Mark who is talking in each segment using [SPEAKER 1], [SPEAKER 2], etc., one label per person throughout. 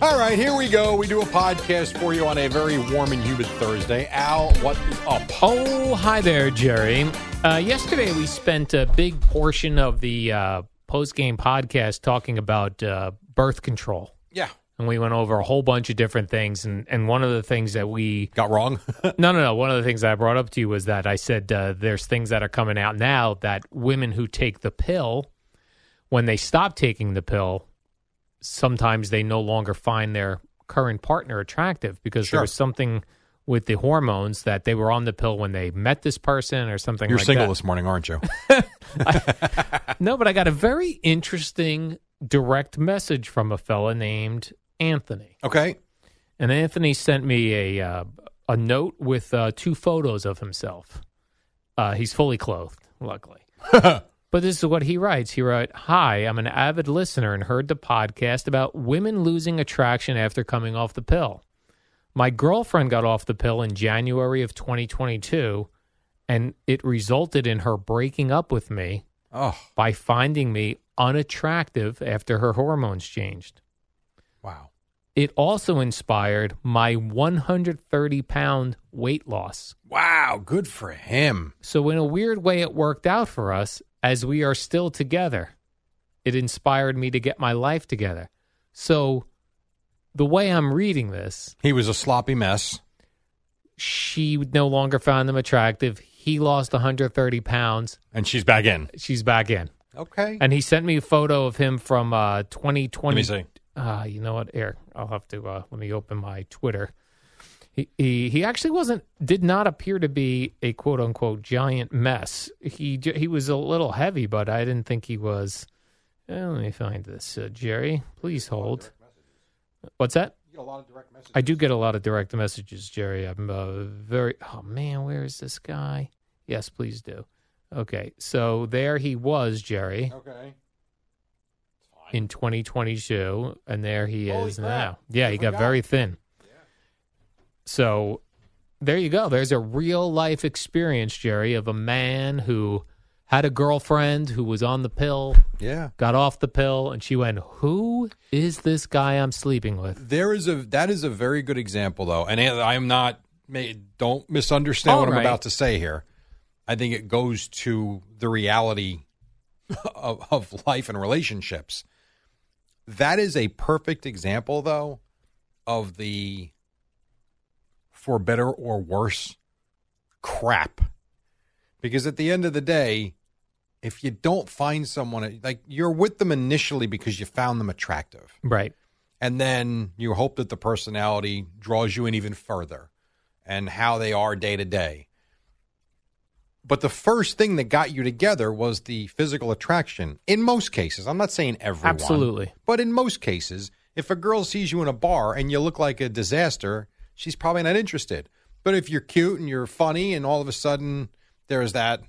[SPEAKER 1] All right, here we go. We do a podcast for you on a very warm and humid Thursday. Al, what is up?
[SPEAKER 2] Oh, hi there, Jerry. Uh, yesterday we spent a big portion of the uh, post game podcast talking about uh, birth control.
[SPEAKER 1] Yeah.
[SPEAKER 2] And we went over a whole bunch of different things. And, and one of the things that we
[SPEAKER 1] Got wrong?
[SPEAKER 2] No, no, no. One of the things that I brought up to you was that I said uh, there's things that are coming out now that women who take the pill, when they stop taking the pill, sometimes they no longer find their current partner attractive because
[SPEAKER 1] Sure.
[SPEAKER 2] there was something with the hormones that they were on the pill when they met this person or something
[SPEAKER 1] You're
[SPEAKER 2] like
[SPEAKER 1] single
[SPEAKER 2] that.
[SPEAKER 1] this morning, aren't you?
[SPEAKER 2] No, but I got a very interesting direct message from a fella named Anthony.
[SPEAKER 1] Okay.
[SPEAKER 2] and Anthony sent me a uh, a note with uh, two photos of himself. Uh, he's fully clothed, luckily. but this is what he writes. He wrote, "Hi, I'm an avid listener and heard the podcast about women losing attraction after coming off the pill. My girlfriend got off the pill in January of 2022, and it resulted in her breaking up with me."
[SPEAKER 1] Oh,
[SPEAKER 2] By finding me unattractive after her hormones changed.
[SPEAKER 1] wow.
[SPEAKER 2] It also inspired my 130 pound weight loss.
[SPEAKER 1] Wow. Good for him.
[SPEAKER 2] So, in a weird way, it worked out for us as we are still together. It inspired me to get my life together. So, the way I'm reading this,
[SPEAKER 1] He was a sloppy mess.
[SPEAKER 2] she no longer found him attractive. He lost 130 pounds.
[SPEAKER 1] And she's back in.
[SPEAKER 2] She's back in.
[SPEAKER 1] Okay.
[SPEAKER 2] And he sent me a photo of him from uh, 2020.
[SPEAKER 1] Let me see.
[SPEAKER 2] Uh, you know what, Eric? I'll have to uh, let me open my Twitter. He, he he actually wasn't did not appear to be a quote unquote giant mess. He j- he was a little heavy, but I didn't think he was. Eh, let me find this, uh, Jerry. Please hold. What's that? I do get a lot of direct messages, Jerry. I'm uh, very. Oh man, where is this guy? Yes, please do. Okay, so there he was, Jerry
[SPEAKER 1] Okay.
[SPEAKER 2] in 2022, and there he
[SPEAKER 1] Holy
[SPEAKER 2] is
[SPEAKER 1] crap.
[SPEAKER 2] now. Yeah, he got
[SPEAKER 1] forgot.
[SPEAKER 2] very thin. So there you go. There's a real life experience, Jerry, of a man who had a girlfriend who was on the pill,
[SPEAKER 1] Yeah.
[SPEAKER 2] got off the pill, and she went, Who is this guy I'm sleeping with?
[SPEAKER 1] There is a that is a very good example though, and I am not. may- Don't misunderstand
[SPEAKER 2] All
[SPEAKER 1] what I'm
[SPEAKER 2] right.
[SPEAKER 1] about to say here. I think it goes to the reality of, of life and relationships. That is a perfect example, though, of the for better or worse crap. Because at the end of the day, if you don't find someone, like you're with them initially because you found them attractive
[SPEAKER 2] Right.
[SPEAKER 1] and then you hope that the personality draws you in even further and how they are day to day. But the first thing that got you together was the physical attraction. In most cases, I'm not saying everyone.
[SPEAKER 2] Absolutely.
[SPEAKER 1] But in most cases, if a girl sees you in a bar and you look like a disaster, she's probably not interested. But if you're cute and you're funny and all of a sudden there's that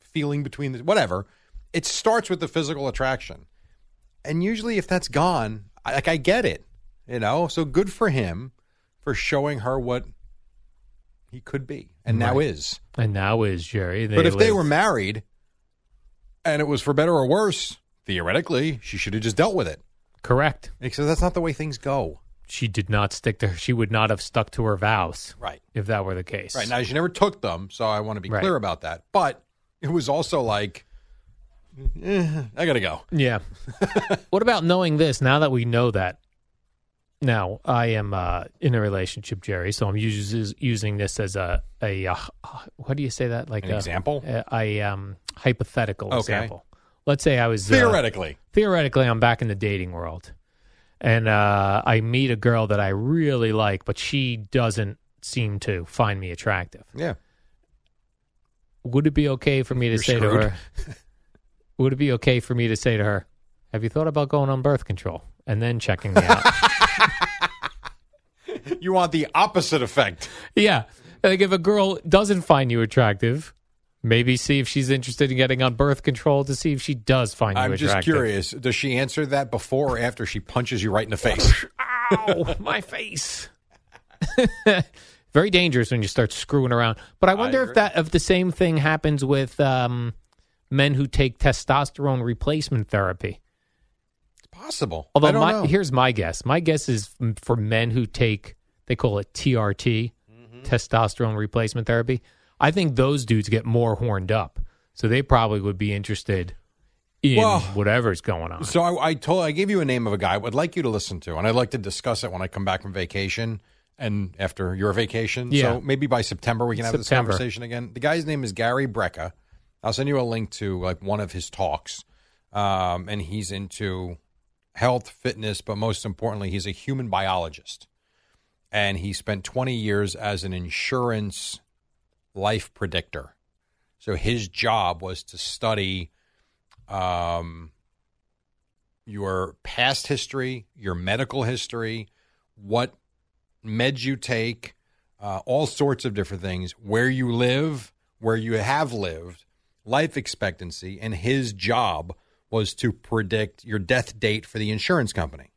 [SPEAKER 1] feeling between the whatever, it starts with the physical attraction. And usually, if that's gone, I, like I get it, you know. So good for him for showing her what he could be and now is.
[SPEAKER 2] And now is Jerry.
[SPEAKER 1] but if they
[SPEAKER 2] live-
[SPEAKER 1] were married, and it was for better or worse, theoretically, she should have just dealt with it.
[SPEAKER 2] correct,
[SPEAKER 1] Except that's not the way things go.
[SPEAKER 2] she did not stick to her. She would not have stuck to her vows
[SPEAKER 1] Right.
[SPEAKER 2] if that were the case.
[SPEAKER 1] Right. Now, she never took them, so I want to be
[SPEAKER 2] Right.
[SPEAKER 1] clear about that. But it was also like, eh, I got to go.
[SPEAKER 2] Yeah. what about knowing this? Now that we know that, now I am uh, in a relationship, Jerry. So I'm uses, using this as a a uh, what do you say that like
[SPEAKER 1] An
[SPEAKER 2] a,
[SPEAKER 1] example?
[SPEAKER 2] A, a, um, hypothetical
[SPEAKER 1] Okay.
[SPEAKER 2] example. Let's say I was uh,
[SPEAKER 1] Theoretically.
[SPEAKER 2] theoretically I'm back in the dating world, and uh, I meet a girl that I really like, but she doesn't seem to find me attractive
[SPEAKER 1] Yeah.
[SPEAKER 2] would it be okay for me to
[SPEAKER 1] You're
[SPEAKER 2] say
[SPEAKER 1] screwed.
[SPEAKER 2] to her would it be okay for me to say to her have you thought about going on birth control and then checking me out
[SPEAKER 1] You want the opposite effect.
[SPEAKER 2] yeah like if a girl doesn't find you attractive maybe see if she's interested in getting on birth control to see if she does find you
[SPEAKER 1] I'm
[SPEAKER 2] attractive
[SPEAKER 1] just curious. Does she answer that before or after she punches you right in the face?
[SPEAKER 2] ow my face very dangerous when you start screwing around but i wonder if
[SPEAKER 1] agree.
[SPEAKER 2] that if the same thing happens with um, men who take testosterone replacement therapy
[SPEAKER 1] It's possible. I
[SPEAKER 2] Although
[SPEAKER 1] don't
[SPEAKER 2] my,
[SPEAKER 1] know.
[SPEAKER 2] here's my guess. My guess is m- for men who take they call it TRT,
[SPEAKER 1] Mm-hmm.
[SPEAKER 2] testosterone replacement therapy. I think those dudes get more horned up, so they probably would be interested in
[SPEAKER 1] Well-
[SPEAKER 2] whatever's going on.
[SPEAKER 1] So I, I told I gave you a name of a guy I would like you to listen to, and I'd like to discuss it when I come back from vacation and after your vacation.
[SPEAKER 2] Yeah.
[SPEAKER 1] So maybe by September we can have
[SPEAKER 2] September.
[SPEAKER 1] this conversation again. The guy's name is Gary Brecka. I'll send you a link to like one of his talks, um, and he's into health, fitness, but most importantly, he's a human biologist, and he spent 20 years as an insurance life predictor. So his job was to study. Um, your past history, your medical history, what meds you take, uh, all sorts of different things, where you live, where you have lived, life expectancy, and his job was to predict your death date for the insurance company.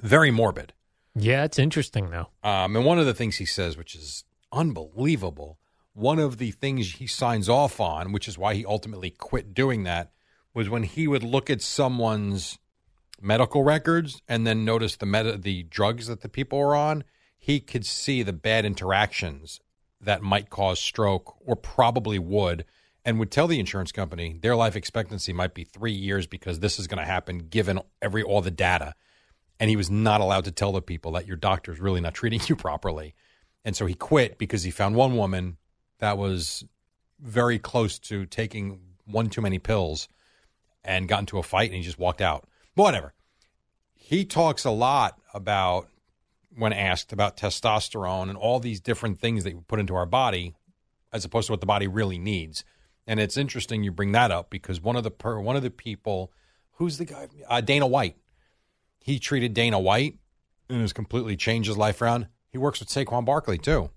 [SPEAKER 1] Very morbid.
[SPEAKER 2] yeah, it's interesting though.
[SPEAKER 1] Um, and one of the things he says, which is unbelievable, one of the things he signs off on, which is why he ultimately quit doing that, was when he would look at someone's medical records and then notice the meta, the drugs that the people were on. He could see the bad interactions that might cause stroke or probably would, and would tell the insurance company their life expectancy might be three years because this is going to happen given every all the data and he was not allowed to tell the people that your doctor's really not treating you properly. And so he quit because he found one woman that was very close to taking one too many pills and got into a fight and he just walked out. But whatever. He talks a lot about when asked about testosterone and all these different things that you put into our body as opposed to what the body really needs. And it's interesting you bring that up because one of the per, one of the people who's the guy uh, Dana White he treated Dana White and has completely changed his life around. He works with Saquon Barkley too.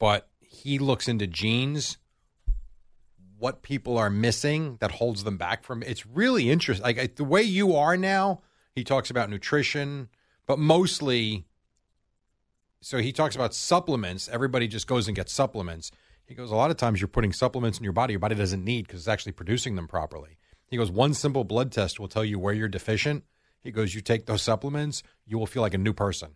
[SPEAKER 1] But he looks into genes, what people are missing that holds them back from it's really interesting. Like I- the way you are now, he talks about nutrition, but mostly so he talks about supplements. Everybody just goes and gets supplements. He goes, a lot of times you're putting supplements in your body your body doesn't need because it's actually producing them properly. He goes, one simple blood test will tell you where you're deficient. He goes, you take those supplements, you will feel like a new person.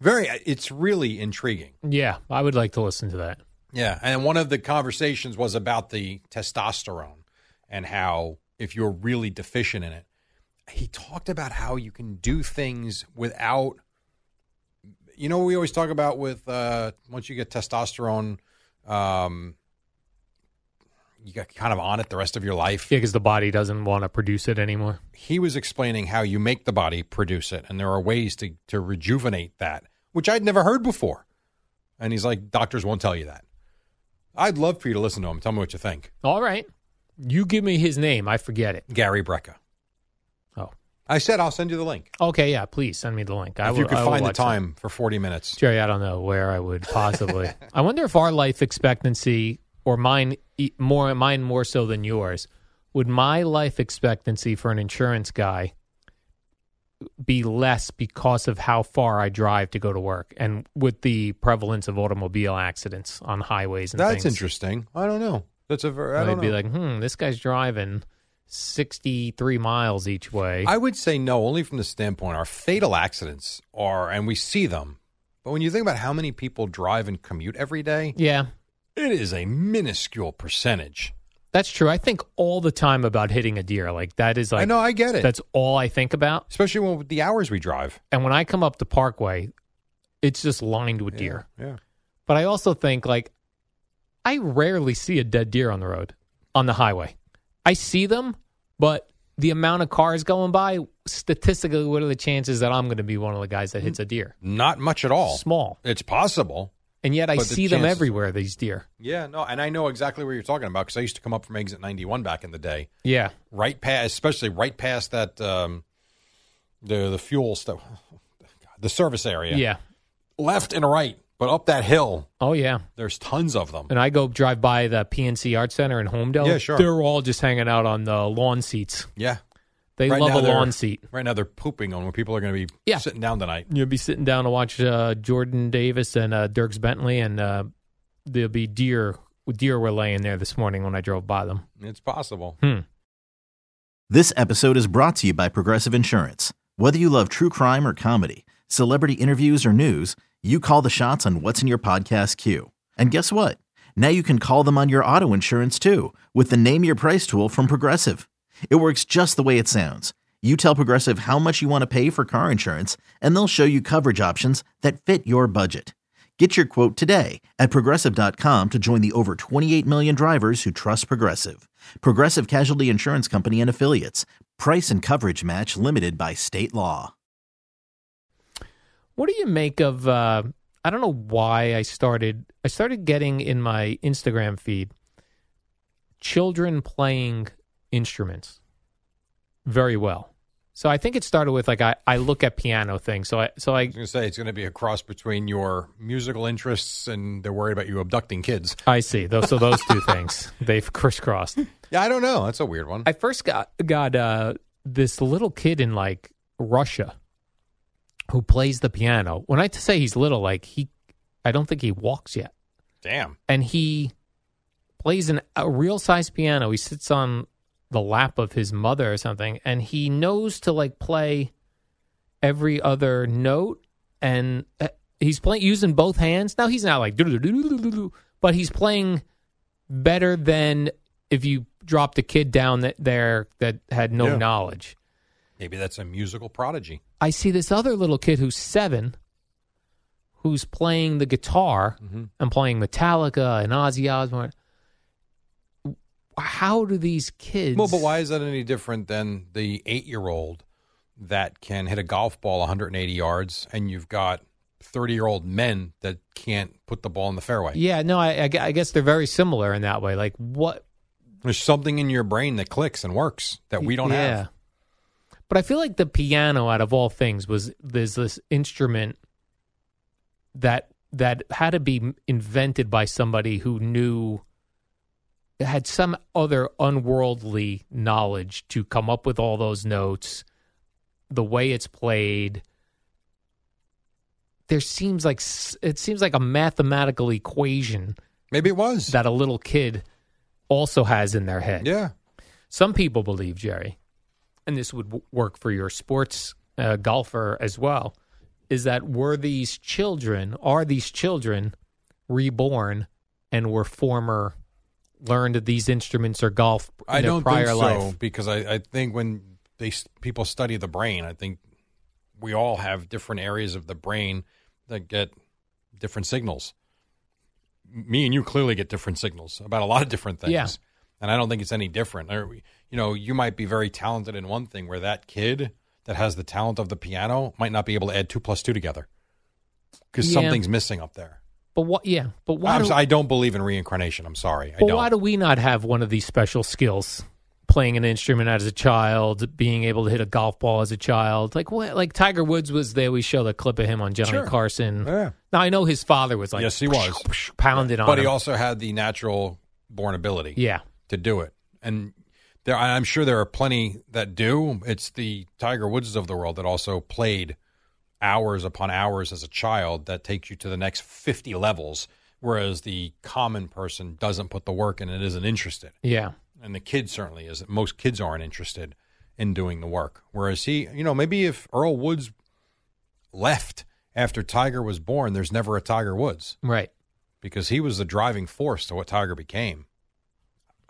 [SPEAKER 1] Very, uh, it's really intriguing.
[SPEAKER 2] Yeah, I would like to listen to that.
[SPEAKER 1] Yeah. And one of the conversations was about the testosterone and how if you're really deficient in it, he talked about how you can do things without, you know, we always talk about with uh, once you get testosterone, um, you got kind of on it the rest of your life
[SPEAKER 2] Yeah, because the body doesn't want to produce it anymore.
[SPEAKER 1] he was explaining how you make the body produce it and there are ways to, to rejuvenate that which i'd never heard before and he's like doctors won't tell you that i'd love for you to listen to him tell me what you think
[SPEAKER 2] All right, you give me his name. I forget it.
[SPEAKER 1] gary brecka
[SPEAKER 2] Oh,
[SPEAKER 1] i said i'll send you the link
[SPEAKER 2] okay. Yeah, please send me the link. I
[SPEAKER 1] if
[SPEAKER 2] will,
[SPEAKER 1] you could
[SPEAKER 2] I will
[SPEAKER 1] find the
[SPEAKER 2] watch it.
[SPEAKER 1] time for 40 minutes
[SPEAKER 2] Jerry, I don't know where I would possibly. I wonder if our life expectancy or mine e- more mine more so than yours would my life expectancy for an insurance guy be less because of how far I drive to go to work and with the prevalence of automobile accidents on highways and
[SPEAKER 1] That's
[SPEAKER 2] things?
[SPEAKER 1] interesting. I don't know. That's a very. I
[SPEAKER 2] I'd
[SPEAKER 1] don't
[SPEAKER 2] be
[SPEAKER 1] know.
[SPEAKER 2] like, hmm, this guy's driving 63 miles each way.
[SPEAKER 1] I would say no, only from the standpoint our fatal accidents are, and we see them. But when you think about how many people drive and commute every day,
[SPEAKER 2] yeah,
[SPEAKER 1] it is a minuscule percentage.
[SPEAKER 2] that's true. I think all the time about hitting a deer. Like, that is like,
[SPEAKER 1] I know, I get it.
[SPEAKER 2] that's all I think about.
[SPEAKER 1] especially when, with the hours we drive.
[SPEAKER 2] And when I come up the parkway, it's just lined with deer.
[SPEAKER 1] Yeah.
[SPEAKER 2] But I also think like I rarely see a dead deer on the road, on the highway. I see them, but the amount of cars going by, statistically, what are the chances that I'm going to be one of the guys that hits a deer?
[SPEAKER 1] Not much at all.
[SPEAKER 2] Small.
[SPEAKER 1] It's possible.
[SPEAKER 2] And yet I
[SPEAKER 1] But the
[SPEAKER 2] see them
[SPEAKER 1] chances-
[SPEAKER 2] everywhere, these deer.
[SPEAKER 1] Yeah, no, and I know exactly what you're talking about because I used to come up from exit 91 back in the day,
[SPEAKER 2] Yeah.
[SPEAKER 1] right past, especially right past that um, the the fuel stuff, the service area.
[SPEAKER 2] Yeah.
[SPEAKER 1] left and right, but up that hill,
[SPEAKER 2] Oh, yeah.
[SPEAKER 1] there's tons of them.
[SPEAKER 2] And I go drive by the PNC Art Center in Homedale.
[SPEAKER 1] Yeah, sure.
[SPEAKER 2] They're all just hanging out on the lawn seats.
[SPEAKER 1] Yeah,
[SPEAKER 2] They
[SPEAKER 1] Right
[SPEAKER 2] love
[SPEAKER 1] now
[SPEAKER 2] a
[SPEAKER 1] they're-
[SPEAKER 2] lawn seat.
[SPEAKER 1] right now they're pooping on where people are going to be
[SPEAKER 2] Yeah.
[SPEAKER 1] sitting down tonight.
[SPEAKER 2] You'll be sitting down to watch uh, Jordan Davis and uh, Dirks Bentley, and uh, there'll be deer. Deer were laying there this morning when I drove by them.
[SPEAKER 1] It's possible.
[SPEAKER 2] Hmm.
[SPEAKER 3] This episode is brought to you by Progressive Insurance. Whether you love true crime or comedy, celebrity interviews or news, you call the shots on what's in your podcast queue. And guess what? Now you can call them on your auto insurance too with the Name Your Price tool from Progressive. It works just the way it sounds. You tell Progressive how much you want to pay for car insurance, and they'll show you coverage options that fit your budget. Get your quote today at progressive.com to join the over 28 million drivers who trust Progressive. Progressive Casualty Insurance Company and Affiliates. Price and coverage match limited by state law.
[SPEAKER 2] What do you make of? Uh, I don't know why I started. I started getting in my Instagram feed children playing instruments very well. So I think it started with like I, I look at piano things. So I so I
[SPEAKER 1] I was going to say it's going to be a cross between your musical interests and they're worried about you abducting kids.
[SPEAKER 2] I see those. So those two things they've crisscrossed.
[SPEAKER 1] Yeah, I don't know. That's a weird one.
[SPEAKER 2] I first got got uh, this little kid in like Russia who plays the piano. When I say he's little, like he, I don't think he walks yet,
[SPEAKER 1] Damn.
[SPEAKER 2] and he plays an, a real size piano. He sits on the lap of his mother or something, and he knows to like play every other note, and uh, he's playing using both hands. Now he's not like, "Doo-doo-doo-doo-doo-doo-doo," but he's playing better than if you dropped a kid down that there that had no
[SPEAKER 1] Yeah.
[SPEAKER 2] knowledge.
[SPEAKER 1] Maybe that's a musical prodigy.
[SPEAKER 2] I see this other little kid who's seven, who's playing the guitar
[SPEAKER 1] Mm-hmm.
[SPEAKER 2] and playing Metallica and Ozzy Osbourne. How do these kids?
[SPEAKER 1] Well, but why is that any different than the eight year old that can hit a golf ball 180 yards and you've got 30 year old men that can't put the ball in the fairway?
[SPEAKER 2] Yeah, no, I, I gu- I guess they're very similar in that way. Like what
[SPEAKER 1] There's something in your brain that clicks and works that Uh, we don't
[SPEAKER 2] yeah.
[SPEAKER 1] have.
[SPEAKER 2] But I feel like the piano, out of all things, was there's this instrument that that had to be invented by somebody who knew had some other unworldly knowledge to come up with all those notes, the way it's played. There seems like s- it seems like a mathematical equation
[SPEAKER 1] Maybe it was.
[SPEAKER 2] that a little kid also has in their head.
[SPEAKER 1] yeah.
[SPEAKER 2] Some people believe, Jerry, and this would w- work for your sports uh, golfer as well, is that were these children, are these children reborn and were former, learned these instruments or golf in
[SPEAKER 1] I
[SPEAKER 2] their
[SPEAKER 1] don't
[SPEAKER 2] prior
[SPEAKER 1] think so
[SPEAKER 2] life?
[SPEAKER 1] because I, I think when they s- people study the brain, I think we all have different areas of the brain that get different signals. M- Me and you clearly get different signals about a lot of different things.
[SPEAKER 2] Yeah.
[SPEAKER 1] And I don't think it's any different. Or, You know, you might be very talented in one thing where that kid that has the talent of the piano might not be able to add two plus two together because
[SPEAKER 2] Yeah.
[SPEAKER 1] something's missing up there.
[SPEAKER 2] But what? Yeah, but why?
[SPEAKER 1] I'm
[SPEAKER 2] do,
[SPEAKER 1] s- I don't believe in reincarnation. I'm sorry. I
[SPEAKER 2] but
[SPEAKER 1] don't.
[SPEAKER 2] why do we not have one of these special skills? Playing an instrument as a child, being able to hit a golf ball as a child, like what? Like Tiger Woods was there. We show the clip of him on Johnny
[SPEAKER 1] Sure.
[SPEAKER 2] Carson.
[SPEAKER 1] Yeah.
[SPEAKER 2] Now I know his father was like,
[SPEAKER 1] yes, he was.
[SPEAKER 2] pounded on
[SPEAKER 1] but he
[SPEAKER 2] him.
[SPEAKER 1] also had the natural born ability
[SPEAKER 2] yeah
[SPEAKER 1] to do it and There, and I'm sure there are plenty that do. It's the Tiger Woods of the world that also played hours upon hours as a child that takes you to the next 50 levels, whereas the common person doesn't put the work in and isn't interested.
[SPEAKER 2] Yeah.
[SPEAKER 1] And the kid certainly isn't. Most kids aren't interested in doing the work. Whereas he, you know, maybe if Earl Woods left after Tiger was born, there's never a Tiger Woods
[SPEAKER 2] Right.
[SPEAKER 1] because he was the driving force to what Tiger became.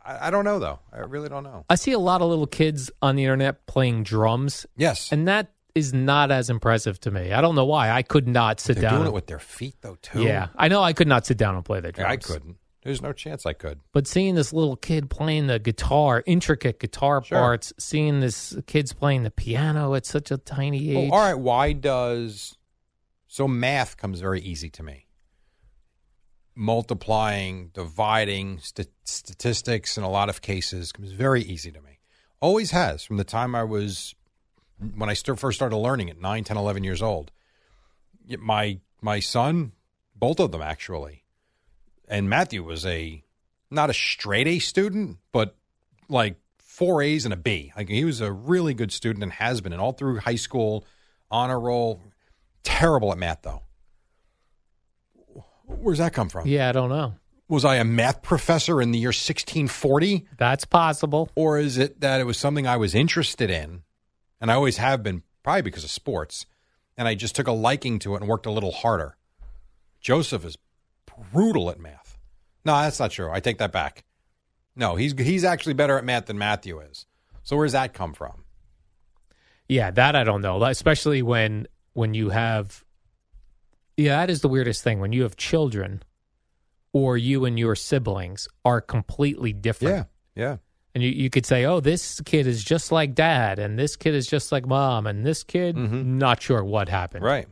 [SPEAKER 1] I, I don't know though. I really don't know.
[SPEAKER 2] I see a lot of little kids on the internet playing drums,
[SPEAKER 1] Yes,
[SPEAKER 2] and that is not as impressive to me. I don't know why. I could not sit
[SPEAKER 1] they're
[SPEAKER 2] down.
[SPEAKER 1] doing
[SPEAKER 2] and-
[SPEAKER 1] it with their feet though too.
[SPEAKER 2] Yeah, I know. I could not sit down and play the
[SPEAKER 1] Yeah,
[SPEAKER 2] drums.
[SPEAKER 1] I couldn't. There's no chance I could.
[SPEAKER 2] But seeing this little kid playing the guitar, intricate guitar
[SPEAKER 1] Sure.
[SPEAKER 2] parts, seeing this kids playing the piano at such a tiny age.
[SPEAKER 1] Well, Oh, all right, why does so math comes very easy to me? Multiplying, dividing, st- statistics in a lot of cases comes very easy to me. Always has from the time I was when I st- first started learning it, 9, 10, 11 years old. Y- My my son, both of them actually. And Matthew was a not a straight A student, but like four A's and a B. Like he was a really good student and has been, and all through high school, honor roll. Terrible at math though. Where's that come from?
[SPEAKER 2] Yeah, I don't know.
[SPEAKER 1] Was I a math professor in the year 1640,
[SPEAKER 2] That's possible.
[SPEAKER 1] or is it that it was something I was interested in, and I always have been, probably because of sports, and I just took a liking to it and worked a little harder. Joseph is brutal at math. No, that's not true. I take that back. No, he's he's actually better at math than Matthew is. So where's that come from?
[SPEAKER 2] Yeah, that I don't know. Like, Especially when when you have Yeah, that is the weirdest thing when you have children or you and your siblings are completely different.
[SPEAKER 1] yeah.
[SPEAKER 2] And you, you could say, "Oh, this kid is just like dad and this kid is just like mom and this kid not sure what happened.
[SPEAKER 1] Mm-hmm. Right.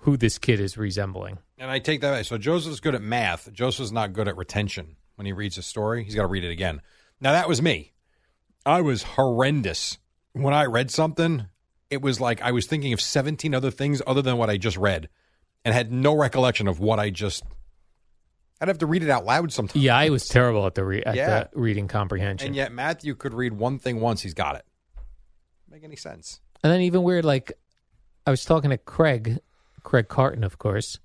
[SPEAKER 2] Who this kid is resembling."
[SPEAKER 1] And I take that back. So Joseph's good at math. Joseph's not good at retention. When he reads a story, he's got to read it again. Now that was me. I was horrendous when I read something. It was like I was thinking of 17 other things other than what I just read and had no recollection of what I just I'd have to read it out loud sometimes.
[SPEAKER 2] Yeah, I was terrible at the re- at
[SPEAKER 1] Yeah.
[SPEAKER 2] the reading comprehension.
[SPEAKER 1] And yet Matthew could read one thing once, he's got it. Make any sense?
[SPEAKER 2] And then even weird, like I was talking to Craig, Craig Carton, of course,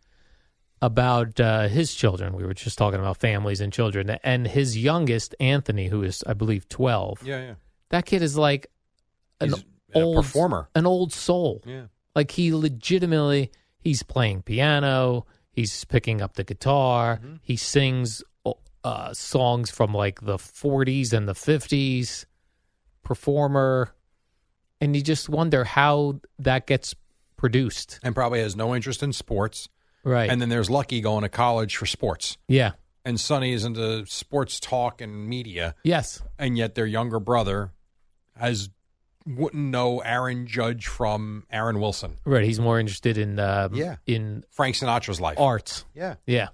[SPEAKER 2] about uh, his children. We were just talking about families and children, and his youngest Anthony, who is I believe twelve.
[SPEAKER 1] Yeah, yeah.
[SPEAKER 2] That kid is like an
[SPEAKER 1] He's a
[SPEAKER 2] old
[SPEAKER 1] performer.
[SPEAKER 2] an old soul.
[SPEAKER 1] Yeah.
[SPEAKER 2] Like he legitimately, he's playing piano, he's picking up the guitar,
[SPEAKER 1] Mm-hmm.
[SPEAKER 2] he sings uh, songs from like the 40s and the 50s, performer, and you just wonder how that gets produced.
[SPEAKER 1] And probably has no interest in sports.
[SPEAKER 2] Right.
[SPEAKER 1] And then there's Lucky going to college for sports.
[SPEAKER 2] yeah.
[SPEAKER 1] and Sonny is into sports talk and media,
[SPEAKER 2] Yes.
[SPEAKER 1] and yet their younger brother has wouldn't know Aaron Judge from Aaron Wilson,
[SPEAKER 2] Right. He's more interested in um,
[SPEAKER 1] Yeah.
[SPEAKER 2] in
[SPEAKER 1] Frank Sinatra's life.
[SPEAKER 2] arts.
[SPEAKER 1] Yeah,
[SPEAKER 2] Yeah.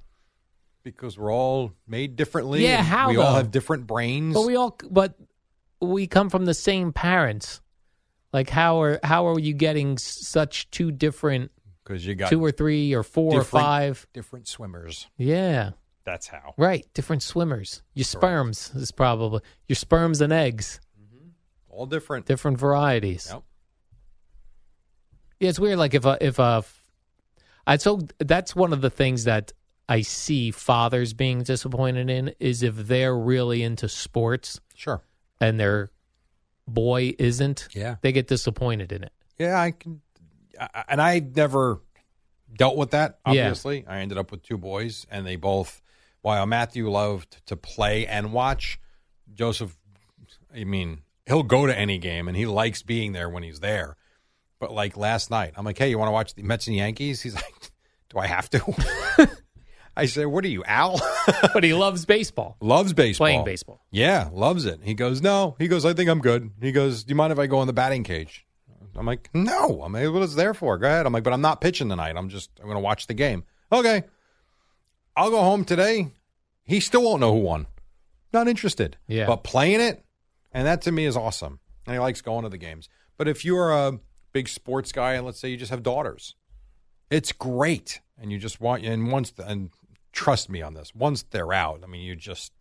[SPEAKER 1] because we're all made differently.
[SPEAKER 2] Yeah,
[SPEAKER 1] and
[SPEAKER 2] how,
[SPEAKER 1] we all
[SPEAKER 2] though?
[SPEAKER 1] have different brains.
[SPEAKER 2] But we all, but we come from the same parents. Like how are how are you getting s- such two different,
[SPEAKER 1] because you got
[SPEAKER 2] two or three or four or
[SPEAKER 1] different-
[SPEAKER 2] five?
[SPEAKER 1] different swimmers.
[SPEAKER 2] Yeah,
[SPEAKER 1] That's how.
[SPEAKER 2] right. Different swimmers. Your sperms is probably your sperms and eggs,
[SPEAKER 1] All different.
[SPEAKER 2] different varieties.
[SPEAKER 1] Yep.
[SPEAKER 2] Yeah, it's weird. Like if a if a, I so that's one of the things that I see fathers being disappointed in is if they're really into sports
[SPEAKER 1] Sure.
[SPEAKER 2] and their boy isn't.
[SPEAKER 1] Yeah.
[SPEAKER 2] they get disappointed in it.
[SPEAKER 1] Yeah, I can. I- I- And I never dealt with that.
[SPEAKER 2] Yeah.
[SPEAKER 1] Obviously, I ended up with two boys, and they both. While Matthew loved to play and watch, Joseph, I mean, he'll go to any game, and he likes being there when he's there. But like last night, I'm like, "Hey, you want to watch the Mets and Yankees?" He's like, "Do I have to?" I said, "What are you, Al?"
[SPEAKER 2] but he loves baseball,
[SPEAKER 1] loves baseball.
[SPEAKER 2] playing baseball.
[SPEAKER 1] Yeah, loves it. He goes, no. He goes, I think I'm good. He goes, do you mind if I go in the batting cage? I'm like, no. I'm like, what is it there for? Go ahead. I'm like, but I'm not pitching tonight. I'm just, I'm going to watch the game. Okay. I'll go home today. He still won't know who won. Not interested.
[SPEAKER 2] Yeah.
[SPEAKER 1] But playing it, and that to me is awesome. And he likes going to the games. But if you're a big sports guy, and let's say you just have daughters, it's great. And you just want, and once, and trust me on this, once they're out, I mean, you just,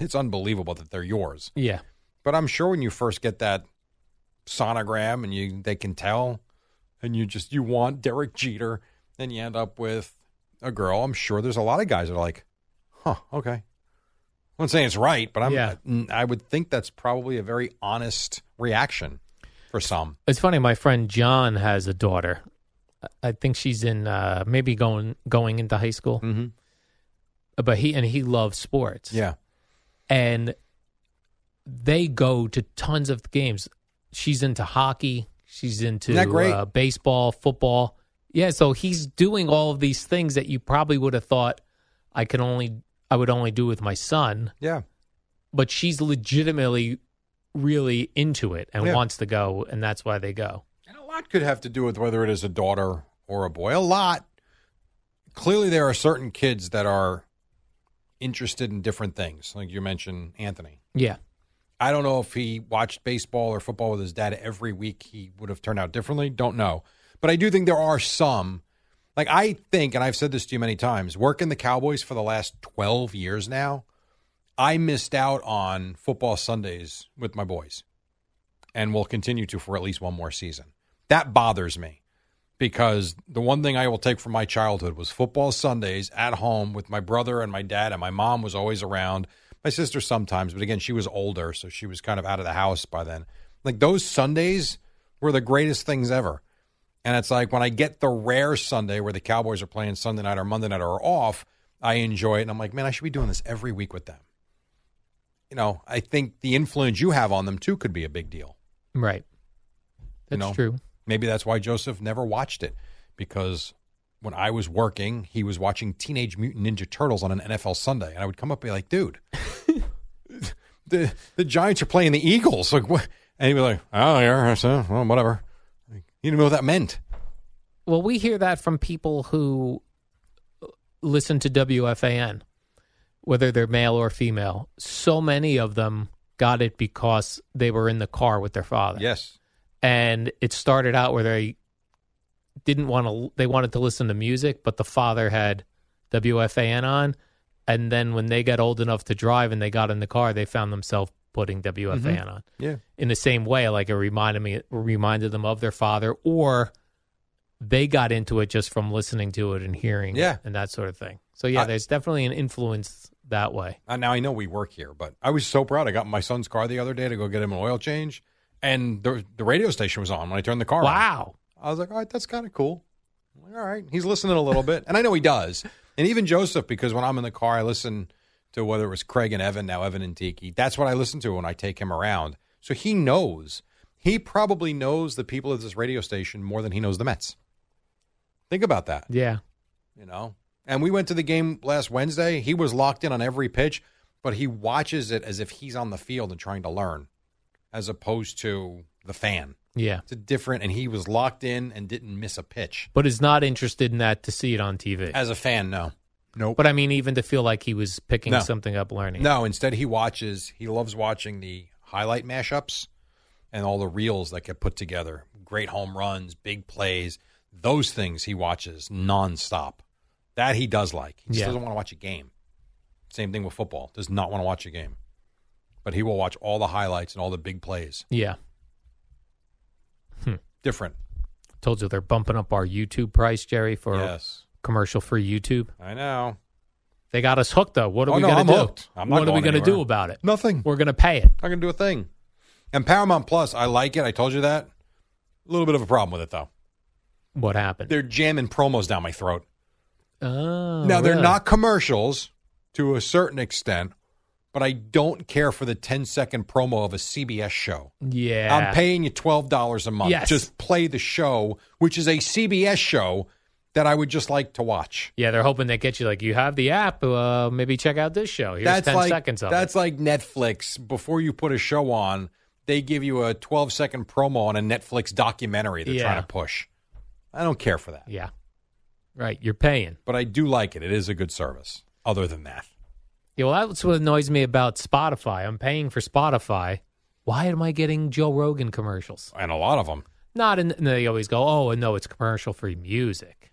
[SPEAKER 1] it's unbelievable that they're yours.
[SPEAKER 2] Yeah.
[SPEAKER 1] But I'm sure when you first get that sonogram and you they can tell, and you just you want Derek Jeter, and you end up with a girl. I'm sure there's a lot of guys that are like, huh, okay. I'm not saying it's right, but I'm
[SPEAKER 2] Yeah.
[SPEAKER 1] I would think that's probably a very honest reaction for some.
[SPEAKER 2] It's funny. My friend John has a daughter. I- I think she's in uh, maybe going going into high school.
[SPEAKER 1] Mm-hmm.
[SPEAKER 2] But he and he loves sports.
[SPEAKER 1] Yeah.
[SPEAKER 2] and they go to tons of games. She's into hockey. She's into
[SPEAKER 1] Isn't that great?
[SPEAKER 2] Uh, baseball, football. Yeah, so he's doing all of these things that you probably would have thought I could only I would only do with my son,
[SPEAKER 1] Yeah.
[SPEAKER 2] but she's legitimately really into it and
[SPEAKER 1] Yeah.
[SPEAKER 2] wants to go, and that's why they go.
[SPEAKER 1] And a lot could have to do with whether it is a daughter or a boy. A lot. Clearly, there are certain kids that are interested in different things. Like you mentioned, Anthony.
[SPEAKER 2] Yeah,
[SPEAKER 1] I don't know if he watched baseball or football with his dad every week. He would have turned out differently. Don't know. But I do think there are some. Like, I think, and I've said this to you many times, working the Cowboys for the last 12 years now, I missed out on football Sundays with my boys and will continue to for at least one more season. That bothers me because the one thing I will take from my childhood was football Sundays at home with my brother and my dad, and my mom was always around. My sister sometimes, but again, she was older, so she was kind of out of the house by then. Like those Sundays were the greatest things ever. And it's like when I get the rare Sunday where the Cowboys are playing Sunday night or Monday night or off, I enjoy it. And I'm like, man, I should be doing this every week with them. You know, I think the influence you have on them too could be a big deal.
[SPEAKER 2] right.
[SPEAKER 1] You
[SPEAKER 2] That's
[SPEAKER 1] know?
[SPEAKER 2] true.
[SPEAKER 1] Maybe that's why Joseph never watched it because when I was working, he was watching Teenage Mutant Ninja Turtles on an NFL Sunday, and I would come up and be like, "Dude, the the Giants are playing the Eagles." Like what? And he'd be like, "Oh yeah, so, well, whatever." Like, you didn't know what that meant.
[SPEAKER 2] Well, we hear that from people who uh, listen to WFAN, whether they're male or female. So many of them got it because they were in the car with their father.
[SPEAKER 1] Yes,
[SPEAKER 2] And it started out where they didn't want to, they wanted to listen to music, but the father had WFAN on. And then when they got old enough to drive and they got in the car, they found themselves putting WFAN on
[SPEAKER 1] yeah,
[SPEAKER 2] in the same way like it reminded me reminded them of their father or they got into it just from listening to it and hearing
[SPEAKER 1] Yeah.
[SPEAKER 2] it and that sort of thing so yeah
[SPEAKER 1] I-
[SPEAKER 2] there's definitely an influence that way
[SPEAKER 1] Uh, now I know we work here, but I was so proud. I got in my son's car the other day to go get him an oil change, and the the radio station was on when I turned the car on.
[SPEAKER 2] wow
[SPEAKER 1] I was like, all right, that's kind of cool. I'm like, all right, he's listening a little bit, and I know he does. And even Joseph, because when I'm in the car, I listen to whether it was Craig and Evan, now Evan and Tiki. That's what I listen to when I take him around. So he knows. He probably knows the people at this radio station more than he knows the Mets. Think about that,
[SPEAKER 2] yeah
[SPEAKER 1] you know. And we went to the game last Wednesday. He was locked in on every pitch, but he watches it as if he's on the field and trying to learn, as opposed to the fan.
[SPEAKER 2] yeah
[SPEAKER 1] It's a different, and he was locked in and didn't miss a pitch.
[SPEAKER 2] but is not interested in that to see it on tv
[SPEAKER 1] As a fan, no. Nope.
[SPEAKER 2] but i mean even to feel like he was picking
[SPEAKER 1] No.
[SPEAKER 2] something up learning
[SPEAKER 1] No, instead he watches, he loves watching the highlight mashups and all the reels that get put together. Great home runs, big plays, those things he watches nonstop. That he does like. He just
[SPEAKER 2] Yeah.
[SPEAKER 1] doesn't want to watch a game. Same thing with football. Does not want to watch a game. But he will watch all the highlights and all the big plays.
[SPEAKER 2] yeah
[SPEAKER 1] Different.
[SPEAKER 2] told you they're bumping up our youtube price jerry for
[SPEAKER 1] yes.
[SPEAKER 2] commercial free youtube
[SPEAKER 1] I know.
[SPEAKER 2] they got us hooked though what are
[SPEAKER 1] Oh,
[SPEAKER 2] we
[SPEAKER 1] no,
[SPEAKER 2] gonna
[SPEAKER 1] I'm
[SPEAKER 2] do
[SPEAKER 1] hooked. I'm not
[SPEAKER 2] what are we
[SPEAKER 1] going
[SPEAKER 2] gonna do
[SPEAKER 1] anywhere.
[SPEAKER 2] about it
[SPEAKER 1] Nothing.
[SPEAKER 2] we're gonna pay it
[SPEAKER 1] not gonna do a thing. And Paramount Plus, I like it. I told you that. A little bit of a problem with it though.
[SPEAKER 2] what happened
[SPEAKER 1] They're jamming promos down my throat.
[SPEAKER 2] oh,
[SPEAKER 1] now they're
[SPEAKER 2] really?
[SPEAKER 1] not commercials to a certain extent, but I don't care for the 10 second promo of a CBS show.
[SPEAKER 2] yeah
[SPEAKER 1] I'm paying you twelve dollars a month.
[SPEAKER 2] Yes.
[SPEAKER 1] Just play the show, which is a CBS show that I would just like to watch.
[SPEAKER 2] Yeah, they're hoping they get you like you have the app. Uh, maybe check out this show. Here's
[SPEAKER 1] that's
[SPEAKER 2] ten
[SPEAKER 1] like
[SPEAKER 2] seconds of
[SPEAKER 1] that's like Netflix. Before you put a show on, they give you a 12 second promo on a Netflix documentary they're
[SPEAKER 2] Yeah.
[SPEAKER 1] trying to push. I don't care for that,
[SPEAKER 2] it. Yeah, right. You're paying.
[SPEAKER 1] but I do like it. It is a good service. Other than that,
[SPEAKER 2] Yeah, well, that's what annoys me about Spotify. I'm paying for Spotify. Why am I getting Joe Rogan commercials?
[SPEAKER 1] and a lot of them,
[SPEAKER 2] Not in. and They always go, oh, no, it's commercial free music.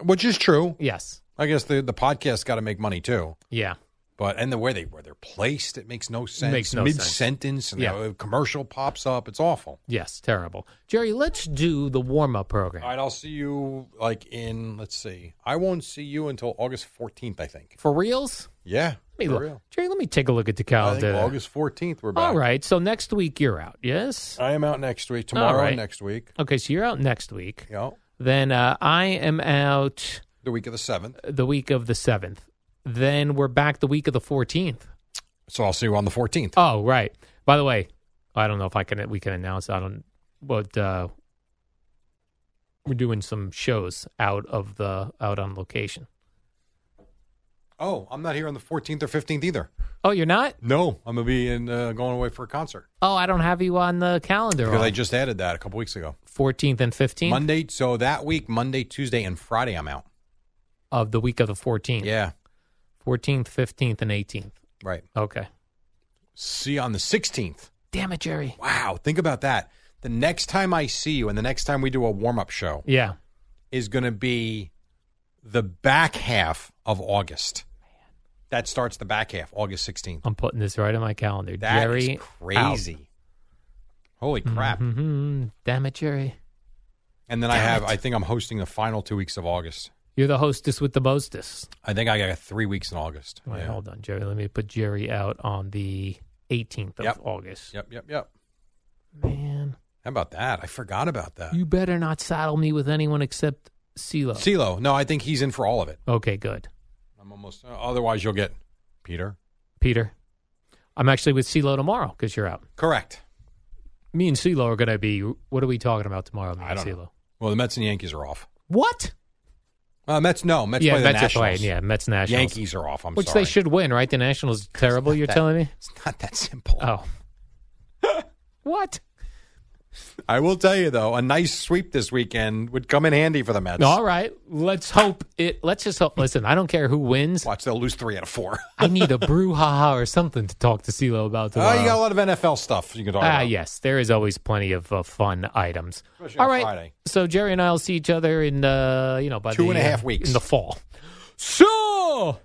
[SPEAKER 1] which is true.
[SPEAKER 2] Yes.
[SPEAKER 1] I guess the the podcast got to make money too.
[SPEAKER 2] Yeah.
[SPEAKER 1] But and the way they where they're placed, it makes no sense.
[SPEAKER 2] Makes no sense.
[SPEAKER 1] Mid sentence, and
[SPEAKER 2] Yeah.
[SPEAKER 1] the commercial pops up. It's awful.
[SPEAKER 2] Yes, terrible. Jerry, let's do the warm up program.
[SPEAKER 1] All right, I'll see you like in let's see. I won't see you until August fourteenth, I think.
[SPEAKER 2] For reals?
[SPEAKER 1] Yeah,
[SPEAKER 2] Let me
[SPEAKER 1] for
[SPEAKER 2] look.
[SPEAKER 1] real.
[SPEAKER 2] Jerry, let me take a look at the
[SPEAKER 1] I think
[SPEAKER 2] calendar. there.
[SPEAKER 1] August fourteenth. We're back. Uh,
[SPEAKER 2] All right. So next week you're out. Yes.
[SPEAKER 1] I am out next week. Tomorrow
[SPEAKER 2] right.
[SPEAKER 1] and next week.
[SPEAKER 2] Okay. So you're out next week.
[SPEAKER 1] You know,
[SPEAKER 2] Then uh, I am out
[SPEAKER 1] the week of the seventh.
[SPEAKER 2] the week of the seventh. Then we're back the week of the fourteenth.
[SPEAKER 1] So I'll see you on the fourteenth.
[SPEAKER 2] Oh, right. By the way, I don't know if I can we can announce. I don't. But uh, we're doing some shows out of the out on location.
[SPEAKER 1] oh, I'm not here on the fourteenth or fifteenth either.
[SPEAKER 2] Oh, you're not.
[SPEAKER 1] No, I'm gonna be in uh, going away for a concert
[SPEAKER 2] Oh, I don't have you on the calendar.
[SPEAKER 1] because I just added that a couple weeks ago.
[SPEAKER 2] Fourteenth and fifteenth
[SPEAKER 1] Monday. So that week, Monday, Tuesday, and Friday, I'm out.
[SPEAKER 2] of the week of the fourteenth.
[SPEAKER 1] Yeah,
[SPEAKER 2] Fourteenth, fifteenth, and eighteenth.
[SPEAKER 1] right.
[SPEAKER 2] Okay.
[SPEAKER 1] See you on the sixteenth.
[SPEAKER 2] Damn it, Jerry.
[SPEAKER 1] Wow, think about that. The next time I see you, and the next time we do a warm up show,
[SPEAKER 2] Yeah.
[SPEAKER 1] is going to be the back half of August. That starts the back half, August 16th.
[SPEAKER 2] I'm putting this right on my calendar.
[SPEAKER 1] That is
[SPEAKER 2] Jerry
[SPEAKER 1] crazy. Holy crap.
[SPEAKER 2] hmm Damn it, Jerry.
[SPEAKER 1] And then I have, I think I'm hosting the final two weeks of August.
[SPEAKER 2] You're the hostess with the mostest.
[SPEAKER 1] I think I got three weeks in August.
[SPEAKER 2] Wait,
[SPEAKER 1] Yeah.
[SPEAKER 2] hold on, Jerry. Let me put Jerry out on the 18th of
[SPEAKER 1] Yep.
[SPEAKER 2] August.
[SPEAKER 1] Yep, yep, yep.
[SPEAKER 2] Man,
[SPEAKER 1] How about that? I forgot about that.
[SPEAKER 2] you better not saddle me with anyone except CeeLo.
[SPEAKER 1] CeeLo. No, I think he's in for all of it.
[SPEAKER 2] okay, good.
[SPEAKER 1] I'm almost, uh, otherwise, you'll get Peter.
[SPEAKER 2] Peter, I'm actually with CeeLo tomorrow because you're out.
[SPEAKER 1] Correct.
[SPEAKER 2] Me and CeeLo are going to be, what are we talking about tomorrow, me
[SPEAKER 1] I
[SPEAKER 2] and
[SPEAKER 1] don't know.
[SPEAKER 2] CeeLo?
[SPEAKER 1] Well, the Mets and Yankees are off.
[SPEAKER 2] What?
[SPEAKER 1] Uh, Mets, no. Mets
[SPEAKER 2] yeah,
[SPEAKER 1] play the
[SPEAKER 2] Mets
[SPEAKER 1] Nationals.
[SPEAKER 2] are playing. Yeah, Mets Nationals.
[SPEAKER 1] Yankees are off. I'm
[SPEAKER 2] Which
[SPEAKER 1] sorry.
[SPEAKER 2] they should win, right? The Nationals are terrible, you're
[SPEAKER 1] that-
[SPEAKER 2] telling me?
[SPEAKER 1] It's not that simple.
[SPEAKER 2] Oh. what?
[SPEAKER 1] I will tell you though, a nice sweep this weekend would come in handy for the Mets.
[SPEAKER 2] All right. Let's hope it. Let's just hope. Listen, I don't care who wins.
[SPEAKER 1] Watch, they'll lose three out of four.
[SPEAKER 2] I need a brouhaha or something to talk to CeeLo about
[SPEAKER 1] Oh,
[SPEAKER 2] tomorrow.
[SPEAKER 1] you got a lot of NFL stuff you can talk
[SPEAKER 2] uh, Ah,
[SPEAKER 1] about.
[SPEAKER 2] yes. There is always plenty of uh, fun items.
[SPEAKER 1] Especially
[SPEAKER 2] All
[SPEAKER 1] on
[SPEAKER 2] right.
[SPEAKER 1] Friday.
[SPEAKER 2] So Jerry and I will see each other in, uh, you know, by
[SPEAKER 1] Two
[SPEAKER 2] the,
[SPEAKER 1] and a
[SPEAKER 2] uh,
[SPEAKER 1] half weeks.
[SPEAKER 2] in the fall. So